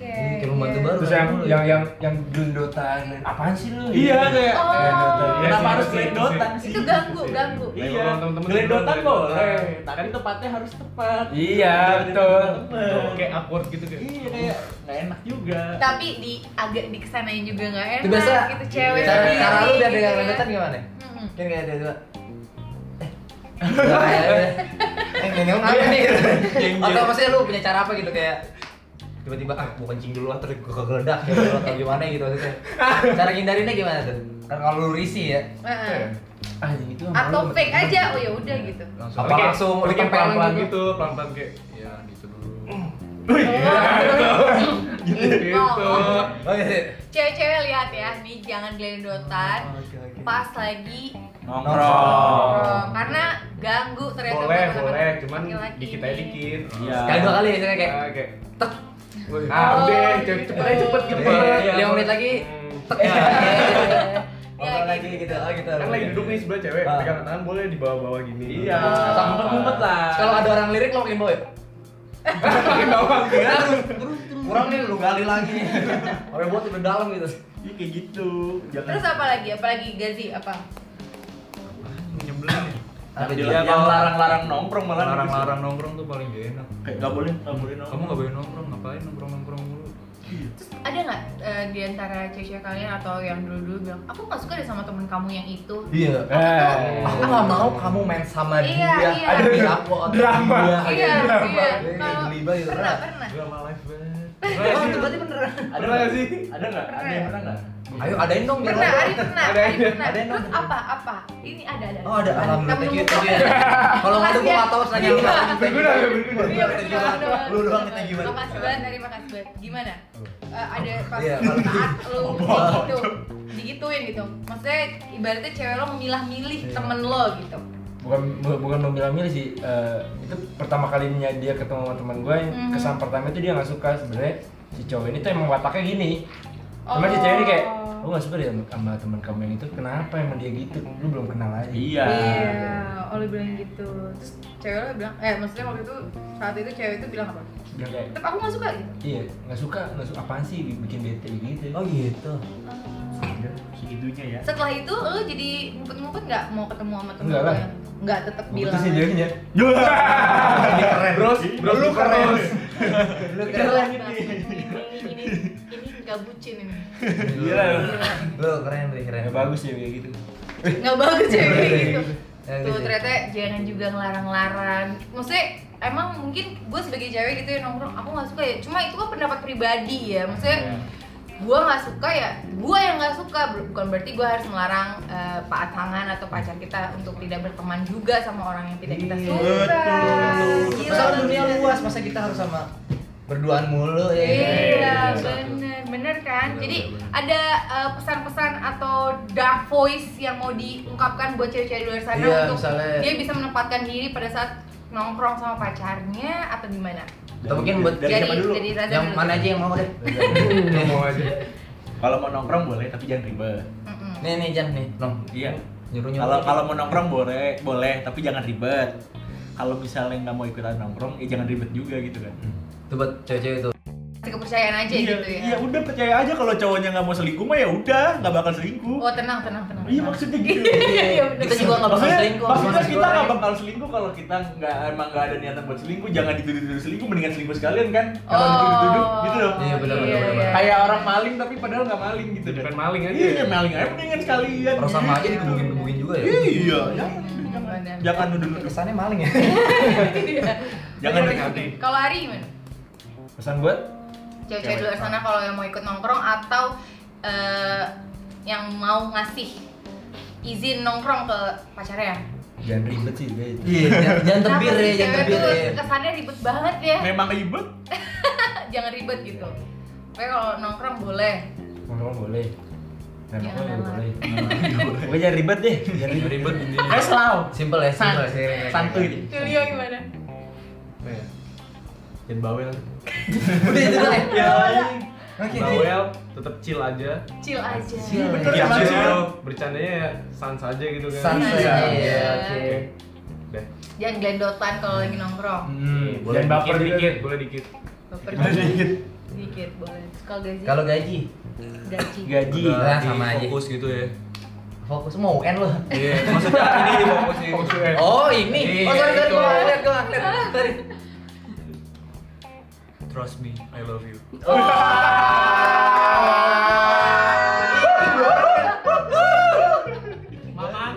Speaker 2: oke.
Speaker 1: Ini kayak pembantu
Speaker 2: iya.
Speaker 1: baru. kan
Speaker 7: Terus yang yang yang yang gendotan. Apaan sih lu?
Speaker 5: kayak
Speaker 2: Oh.
Speaker 7: Iya
Speaker 5: Kenapa
Speaker 4: sih,
Speaker 5: harus
Speaker 4: iya sih,
Speaker 5: geledotan sih?
Speaker 2: Itu ganggu, ganggu.
Speaker 5: Iya,
Speaker 4: Kalau temen-temen
Speaker 5: geledotan
Speaker 4: geledotan.
Speaker 5: boleh, tapi tempatnya kan harus tepat.
Speaker 7: Iya,
Speaker 5: Jangan
Speaker 7: betul.
Speaker 5: temen.
Speaker 4: Kayak awkward gitu kayak.
Speaker 5: Iya, kayak nggak enak juga.
Speaker 2: Tapi di agak dikesanain juga nggak enak
Speaker 1: Itu biasa.
Speaker 2: gitu cewek.
Speaker 1: Cara
Speaker 2: sendiri,
Speaker 1: cara lu biar
Speaker 2: gitu
Speaker 1: dia nggak
Speaker 2: ya.
Speaker 1: ngedetan gimana?
Speaker 2: Mm-mm.
Speaker 1: Kan kayak dia dua. Eh, Eh, nenek lu ngapain nih? Atau maksudnya lu punya cara apa gitu kayak tiba-tiba ah gua kencing dulu lah terus gua kegeledak gitu atau gimana gitu maksudnya. Cara ngindarinnya gimana tuh? Kan kalau lu risih ya,
Speaker 2: Heeh.
Speaker 7: Ah, yang itu sama
Speaker 2: Atau
Speaker 7: lu.
Speaker 2: fake aja. Oh ya udah gitu.
Speaker 3: Langsung.
Speaker 1: apa
Speaker 4: Oke,
Speaker 1: langsung lu
Speaker 4: tapi kayak
Speaker 1: tempelin
Speaker 4: pelan-pelan
Speaker 1: gitu?
Speaker 4: gitu, pelan-pelan kayak.
Speaker 3: Ya gitu dulu.
Speaker 4: gitu.
Speaker 2: Oh.
Speaker 1: Oke.
Speaker 2: Cewek-cewek lihat ya, nih jangan geledotan pas lagi
Speaker 5: Nongkrong.
Speaker 2: nongkrong. karena ganggu ternyata
Speaker 4: Oh. Boleh,
Speaker 2: buat anak-anak
Speaker 4: boleh, cuman
Speaker 2: laki-laki
Speaker 4: dikit
Speaker 2: ini.
Speaker 4: aja dikit.
Speaker 5: Iya.
Speaker 1: Sekali dua kali ya, misalnya kayak
Speaker 4: Ah, kayak.
Speaker 1: tek.
Speaker 4: Ah,
Speaker 2: Oh,
Speaker 4: udah,
Speaker 2: gitu.
Speaker 4: cepet cepet aja, cepet gitu.
Speaker 1: Iya,
Speaker 4: Pak.
Speaker 1: iya, lima menit lagi. Tek.
Speaker 2: Ya,
Speaker 1: Ngobrol lagi gitu. Oh, gitu.
Speaker 4: Kan lagi duduk nih sebelah cewek,
Speaker 1: Ah.
Speaker 4: pegang tangan boleh dibawa-bawa gini.
Speaker 5: Iya.
Speaker 1: Oh.
Speaker 5: Sama ngumpet lah.
Speaker 1: Kalau ada orang lirik ya. lo makin boy.
Speaker 4: Pakai bawang.
Speaker 1: Kurang nih lu gali lagi nih. Orang buat udah dalam gitu.
Speaker 5: Iya kayak gitu. Jangan.
Speaker 2: Terus apa lagi? Apalagi Gazi apa?
Speaker 3: Nyebelin.
Speaker 1: Apa
Speaker 5: Yang
Speaker 1: itu?
Speaker 5: dilarang- yang larang-larang nongkrong malah.
Speaker 3: Larang-larang nongkrong tuh paling gak enak.
Speaker 5: Kayak nggak boleh, nggak boleh
Speaker 3: Kamu
Speaker 5: nongkrong.
Speaker 3: nggak boleh nongkrong, ngapain nongkrong-nongkrong mulu?
Speaker 2: Terus ada nggak eh, di antara cewek-cewek kalian atau yang dulu-dulu bilang, aku nggak suka deh sama temen kamu yang itu.
Speaker 1: Iya.
Speaker 7: Eh.
Speaker 1: Aku nggak mau kamu main sama
Speaker 2: Iya,
Speaker 1: dia.
Speaker 2: iya.
Speaker 1: Ada aku atau
Speaker 7: Drama.
Speaker 1: dia.
Speaker 2: Iya, iya.
Speaker 1: Dia
Speaker 2: Kalau-
Speaker 1: geli banget,
Speaker 2: Pernah, pernah.
Speaker 3: Drama live banget.
Speaker 1: Oh, itu berarti beneran.
Speaker 5: Iya. Ada
Speaker 4: Pernah
Speaker 5: nggak
Speaker 4: sih?
Speaker 5: Ada nggak? Ada yang pernah nggak?
Speaker 1: Ayo adain dong biar
Speaker 2: Pernah,
Speaker 1: ngobrol.
Speaker 2: Ari pernah, Ari
Speaker 4: Ada, ada.
Speaker 2: pernah.
Speaker 1: Ada,
Speaker 2: Terus
Speaker 1: ada.
Speaker 2: apa, apa? Ini ada, ada.
Speaker 1: Oh ada alhamdulillah
Speaker 2: Kamu
Speaker 1: thank you
Speaker 2: nunggu
Speaker 1: thank you.
Speaker 2: kok.
Speaker 1: Kalau nggak tuh gua nggak tahu nanya lu.
Speaker 2: Iya.
Speaker 1: Thank you.
Speaker 2: Iya,
Speaker 1: Thank you.
Speaker 2: bener, bener,
Speaker 1: Lu
Speaker 2: bener.
Speaker 1: doang kita gimana?
Speaker 2: Makasih banget, Ari, makasih banget. Gimana? Eh, ada pas
Speaker 1: Iya, kalau-
Speaker 2: saat lu
Speaker 1: Oh,
Speaker 2: gitu, digituin gitu. Maksudnya ibaratnya cewek lo memilah-milih
Speaker 7: Iya.
Speaker 2: temen lo gitu.
Speaker 7: bukan bu- bukan memilih-milih sih eh, itu pertama kalinya dia ketemu sama teman gue yang
Speaker 2: Mhm.
Speaker 7: kesan pertama itu dia nggak suka sebenarnya si cowok ini tuh emang wataknya gini sama si cewek ini kayak
Speaker 5: Oh.
Speaker 7: gue nggak suka deh sama, sama teman kamu yang itu kenapa emang dia gitu lu belum kenal aja
Speaker 5: Iya.
Speaker 2: Iya. oh lu bilang gitu terus cewek lu bilang eh maksudnya waktu itu saat itu cewek itu bilang apa
Speaker 7: Bilang kayak,
Speaker 2: tetap aku nggak suka gitu
Speaker 7: iya nggak suka nggak suka apaan sih bikin bete gitu
Speaker 1: Oh
Speaker 5: iya.
Speaker 1: gitu.
Speaker 5: segitunya ya
Speaker 2: setelah itu lu jadi ngumpet-ngumpet nggak mau ketemu sama temen
Speaker 7: Enggak
Speaker 2: lu
Speaker 7: lah.
Speaker 2: yang nggak tetap bilang
Speaker 7: putusin
Speaker 2: aja.
Speaker 7: Gitu jadinya
Speaker 4: keren bros bros lu keren
Speaker 1: Lu
Speaker 2: Jelas,
Speaker 1: keren.
Speaker 2: Bang. ini ini ini nggak bucin ini Iya.
Speaker 7: Gila lu.
Speaker 1: Lu keren, Ri, keren.
Speaker 7: Ya, bagus ya kayak gitu
Speaker 2: nggak bagus ya kayak gitu tuh
Speaker 1: Bagus ya.
Speaker 2: ternyata jangan juga ngelarang-larang maksudnya emang mungkin gue sebagai cewek gitu ya nongkrong aku nggak suka ya cuma itu kan pendapat pribadi ya maksudnya gue nggak suka ya gue yang nggak suka bukan berarti gue harus melarang eh, pasangan atau pacar kita untuk tidak berteman juga sama orang yang tidak kita
Speaker 1: Iya,
Speaker 2: suka Iya,
Speaker 5: betul.
Speaker 2: Gila,
Speaker 1: Masalah
Speaker 2: lu
Speaker 1: dunia
Speaker 2: gila.
Speaker 1: luas, masa kita harus sama berduaan mulu ya.
Speaker 2: Iya,
Speaker 3: Iya,
Speaker 2: bener, bener kan.
Speaker 3: Bener,
Speaker 2: Jadi
Speaker 3: bener.
Speaker 2: ada eh, pesan-pesan atau dark voice yang mau diungkapkan buat cewek-cewek di luar sana
Speaker 1: Iya,
Speaker 2: untuk
Speaker 1: misalnya-
Speaker 2: dia bisa menempatkan diri pada saat nongkrong sama pacarnya atau gimana?
Speaker 1: Atau mungkin buat
Speaker 5: Dari
Speaker 2: jadi,
Speaker 5: siapa dulu?
Speaker 2: Jadi Raza
Speaker 1: yang
Speaker 2: dulu.
Speaker 1: mana aja Iya. yang mau deh.
Speaker 7: ngomong aja
Speaker 5: kalau mau nongkrong boleh tapi jangan ribet
Speaker 2: Mm-mm.
Speaker 1: Nih nih Jan nih, Nong.
Speaker 5: iya
Speaker 1: Nyuruh nyuruh.
Speaker 5: kalau kalau mau nongkrong boleh boleh tapi jangan ribet kalau misalnya nggak mau ikutan nongkrong ya jangan ribet juga gitu kan
Speaker 1: Tuh buat cewek-cewek tuh.
Speaker 2: Kasih kepercayaan aja gitu ya.
Speaker 5: iya udah percaya aja kalau cowoknya nggak mau selingkuh mah ya udah nggak bakal selingkuh
Speaker 2: Oh tenang, tenang, tenang.
Speaker 5: iya maksudnya gitu
Speaker 2: Iya, bener.
Speaker 1: Kita juga nggak bakal
Speaker 5: Maksudnya-
Speaker 1: selingkuh.
Speaker 5: Maksudnya
Speaker 1: Maksud
Speaker 5: kita
Speaker 1: gue.
Speaker 5: nggak bakal selingkuh kalau kita nggak emang nggak ada niatan buat selingkuh. Jangan dituduh-tuduh selingkuh, mendingan selingkuh sekalian kan? Kalau dituduh-tuduh gitu loh.
Speaker 1: Oh. Iya, bener, bener, bener, bener.
Speaker 5: Kayak ya, orang maling tapi padahal nggak maling gitu kan?
Speaker 4: Bukan maling aja.
Speaker 5: Iya, iya, maling aja mendingan sekalian.
Speaker 1: Orang sama aja
Speaker 5: Gitu.
Speaker 1: digebukin-gebukin juga ya.
Speaker 5: Iya, jangan
Speaker 2: Jangan,
Speaker 5: jangan nuduh-nuduh.
Speaker 1: Kesannya maling ya. Iya,
Speaker 5: Jangan
Speaker 4: Bener,
Speaker 5: dekati.
Speaker 4: bener.
Speaker 2: Iya. Kalau Ari gimana?
Speaker 7: pesan buat
Speaker 2: Cewek-cewek di luar sana kalau yang mau ikut nongkrong atau eh, yang mau ngasih izin nongkrong ke pacarnya.
Speaker 7: jangan ribet sih gue itu
Speaker 1: Iya, jangan- jangan tebir
Speaker 2: Kenapa
Speaker 1: ya,
Speaker 2: sih
Speaker 1: jangan
Speaker 2: cewek
Speaker 1: tebir
Speaker 2: tuh
Speaker 1: ya.
Speaker 2: Kesannya ribet banget ya.
Speaker 5: Memang ribet.
Speaker 2: Jangan ribet gitu. Pokoknya kalau nongkrong boleh.
Speaker 7: ngomong boleh nah,
Speaker 2: Jangan
Speaker 7: ngomong juga
Speaker 2: lama.
Speaker 7: boleh gue jangan ribet deh jangan ribet
Speaker 3: ribet intinya
Speaker 5: Kayak selalu.
Speaker 1: Simple ya, simple. Iya.
Speaker 5: Santuy.
Speaker 2: Julio gimana?
Speaker 5: Iya. Jangan bawel.
Speaker 1: Udah itu dulu ya.
Speaker 5: Nah,
Speaker 1: Oke. gitu.
Speaker 4: bawel tetap chill aja
Speaker 2: Chill aja.
Speaker 1: Chill.
Speaker 5: Bener,
Speaker 4: Iya,
Speaker 5: emang
Speaker 4: chill.
Speaker 5: chill.
Speaker 4: bercandanya ya sans aja gitu kan
Speaker 1: Santai.
Speaker 2: Iya.
Speaker 1: Iya, oke.
Speaker 4: Deh.
Speaker 2: Jangan glendotan kalau lagi nongkrong.
Speaker 1: Hmm.
Speaker 4: boleh
Speaker 7: Jangan baper
Speaker 4: dikit,
Speaker 7: juga.
Speaker 4: dikit, boleh dikit
Speaker 2: Baper
Speaker 5: Dikit.
Speaker 2: Dikit boleh. Kalau gaji
Speaker 1: Kalau gaji,
Speaker 2: gaji.
Speaker 7: gaji
Speaker 1: Iya,
Speaker 3: Udah
Speaker 1: sama aja.
Speaker 3: fokus gitu ya
Speaker 1: fokus mau UN loh.
Speaker 3: iya maksudnya ini di fokusin
Speaker 5: ya.
Speaker 4: Fokus.
Speaker 1: Oh ini, oh sorry sorry,
Speaker 3: Iya,
Speaker 1: gua
Speaker 3: itu.
Speaker 1: lihat gua lihat, sorry.
Speaker 3: trust me I love you
Speaker 2: ya.
Speaker 4: mamang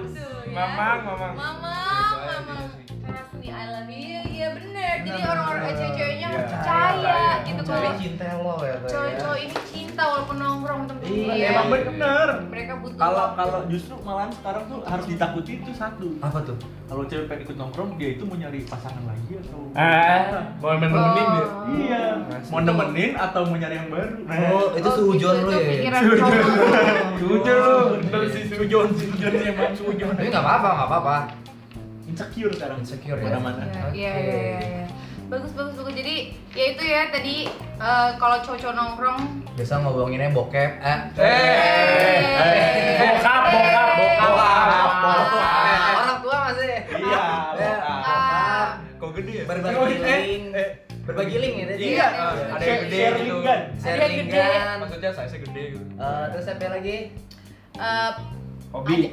Speaker 4: mamang
Speaker 2: Mama,
Speaker 4: Biasa
Speaker 2: mama.
Speaker 4: aja sih.
Speaker 2: Trust me, I love you. Iya bener. Jadi
Speaker 1: Bener.
Speaker 2: orang-orang cewek-ceweknya
Speaker 5: Iya,
Speaker 2: percaya
Speaker 5: percaya.
Speaker 2: gitu
Speaker 1: Cari
Speaker 2: kalau
Speaker 1: cinta lo ya. Bang, ya.
Speaker 2: cowok-cowok ini cinta walaupun nongkrong temen
Speaker 1: Iya,
Speaker 2: dia.
Speaker 5: Emang bener.
Speaker 2: Mereka butuh
Speaker 5: Kalau
Speaker 2: waktu.
Speaker 5: kalau justru malahan sekarang tuh harus ditakuti itu satu.
Speaker 1: Apa tuh?
Speaker 5: Kalau cewek pengen ikut nongkrong, dia itu mau nyari pasangan lagi atau
Speaker 7: ah
Speaker 4: mau main nemenin dia
Speaker 2: Oh.
Speaker 5: Iya. Mau nemenin atau mau nyari yang baru? Nah.
Speaker 1: Oh itu sehujon
Speaker 2: gitu,
Speaker 1: lo
Speaker 2: itu
Speaker 1: ya.
Speaker 2: pikiran Iya, cowok.
Speaker 5: Jujur lu,
Speaker 4: Iya.
Speaker 5: bener sih sujon, sujon emang sujon.
Speaker 1: Tapi nggak apa-apa, nggak apa-apa.
Speaker 5: Insecure sekarang.
Speaker 1: Insecure ya.
Speaker 5: Mana-mana.
Speaker 2: Iya, iya, iya, iya. Bagus, bagus, bagus. Jadi, ya itu ya tadi eh, kalau cowok-cowok nongkrong
Speaker 1: Biasa ngomonginnya bokep, eh.
Speaker 5: Eh,
Speaker 2: eh,
Speaker 7: bokap, bokap, bokap.
Speaker 1: Bokap,
Speaker 5: bokap.
Speaker 1: bokap. Orang tua masih.
Speaker 5: Iya.
Speaker 1: Eh,
Speaker 2: ah,
Speaker 3: kok gede ya
Speaker 5: Oh,
Speaker 1: Berbagi
Speaker 5: eh,
Speaker 1: link.
Speaker 5: eh.
Speaker 1: Berbagi link ya tadi.
Speaker 5: Iya,
Speaker 2: eh,
Speaker 3: ada yang gede
Speaker 5: Share
Speaker 3: gitu
Speaker 5: link kan?
Speaker 2: Ada yang gede.
Speaker 5: eh.
Speaker 1: Sharingan.
Speaker 3: maksudnya size nya gede gitu
Speaker 1: kan. Eh, terus apa lagi?
Speaker 2: eh,
Speaker 7: hobi
Speaker 2: aj-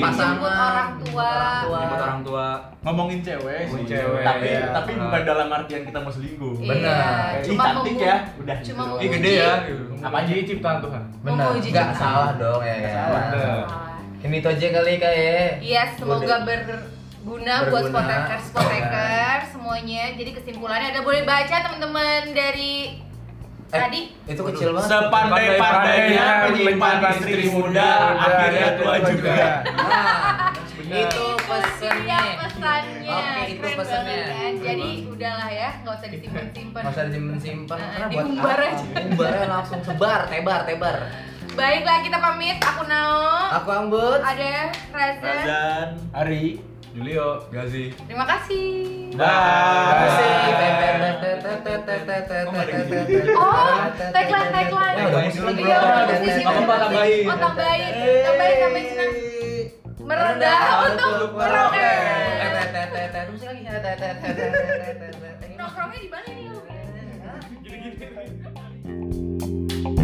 Speaker 2: hobi,
Speaker 1: pasangan,
Speaker 2: jemput orang tua.
Speaker 1: orang tua.
Speaker 3: Jemput orang tua
Speaker 5: Ngomongin cewek sih.
Speaker 7: Oh,
Speaker 4: Ngomongin cewek,
Speaker 5: Tapi
Speaker 4: iya.
Speaker 5: tapi
Speaker 7: Ah.
Speaker 5: bukan dalam artian kita mau selingkuh.
Speaker 2: Iya,
Speaker 1: Benar.
Speaker 5: Ih,
Speaker 2: Cuma
Speaker 5: cantik
Speaker 2: memuji-
Speaker 5: ya. Udah.
Speaker 2: Cuma
Speaker 5: gitu.
Speaker 2: mau-
Speaker 3: ini gede ya
Speaker 1: Iya.
Speaker 4: apa aja ini ciptaan Tuhan
Speaker 1: Benar.
Speaker 2: Memuji
Speaker 1: Nggak
Speaker 2: cinta.
Speaker 1: salah dong ya. ya.
Speaker 5: salah.
Speaker 4: Bener.
Speaker 2: Ah.
Speaker 1: Ini tuh aja kali ya. kayak.
Speaker 2: Iya, semoga berguna buat
Speaker 1: Berguna.
Speaker 2: spotekers, spotekers semuanya. Jadi kesimpulannya ada boleh baca teman-teman dari
Speaker 1: Eh,
Speaker 2: tadi.
Speaker 1: Itu kecil banget.
Speaker 5: Sepandai-pandainya menyimpan istri muda, akhirnya tua juga.
Speaker 1: Nah, itu
Speaker 2: Iya,
Speaker 1: pesennya.
Speaker 2: pesannya.
Speaker 1: Oke, itu
Speaker 2: Keren
Speaker 1: pesannya.
Speaker 2: banget kan. Jadi udahlah ya, nggak usah disimpan-simpan.
Speaker 1: Masa disimpan-simpan
Speaker 2: Nah,
Speaker 1: karena buat
Speaker 2: diumbar
Speaker 1: apa?
Speaker 2: aja.
Speaker 1: Umbarnya langsung sebar, tebar, tebar.
Speaker 2: Baiklah kita pamit. Aku Nao.
Speaker 1: Aku ambut.
Speaker 2: Ada Raza.
Speaker 5: Razan.
Speaker 7: hari
Speaker 4: Julio
Speaker 3: Gazi
Speaker 2: Terima kasih.
Speaker 5: Bye.
Speaker 2: Oh, tagline, tagline.
Speaker 1: Eh, udah musik lagi.
Speaker 2: Iya, udah musik, udah musik.
Speaker 1: Apa, apa, tambahin?
Speaker 2: Oh, tambahin. Tambahin, tambahin senang. Merendah untuk meroket. Nongkrongnya di mana nih lu?
Speaker 1: Gini-gini.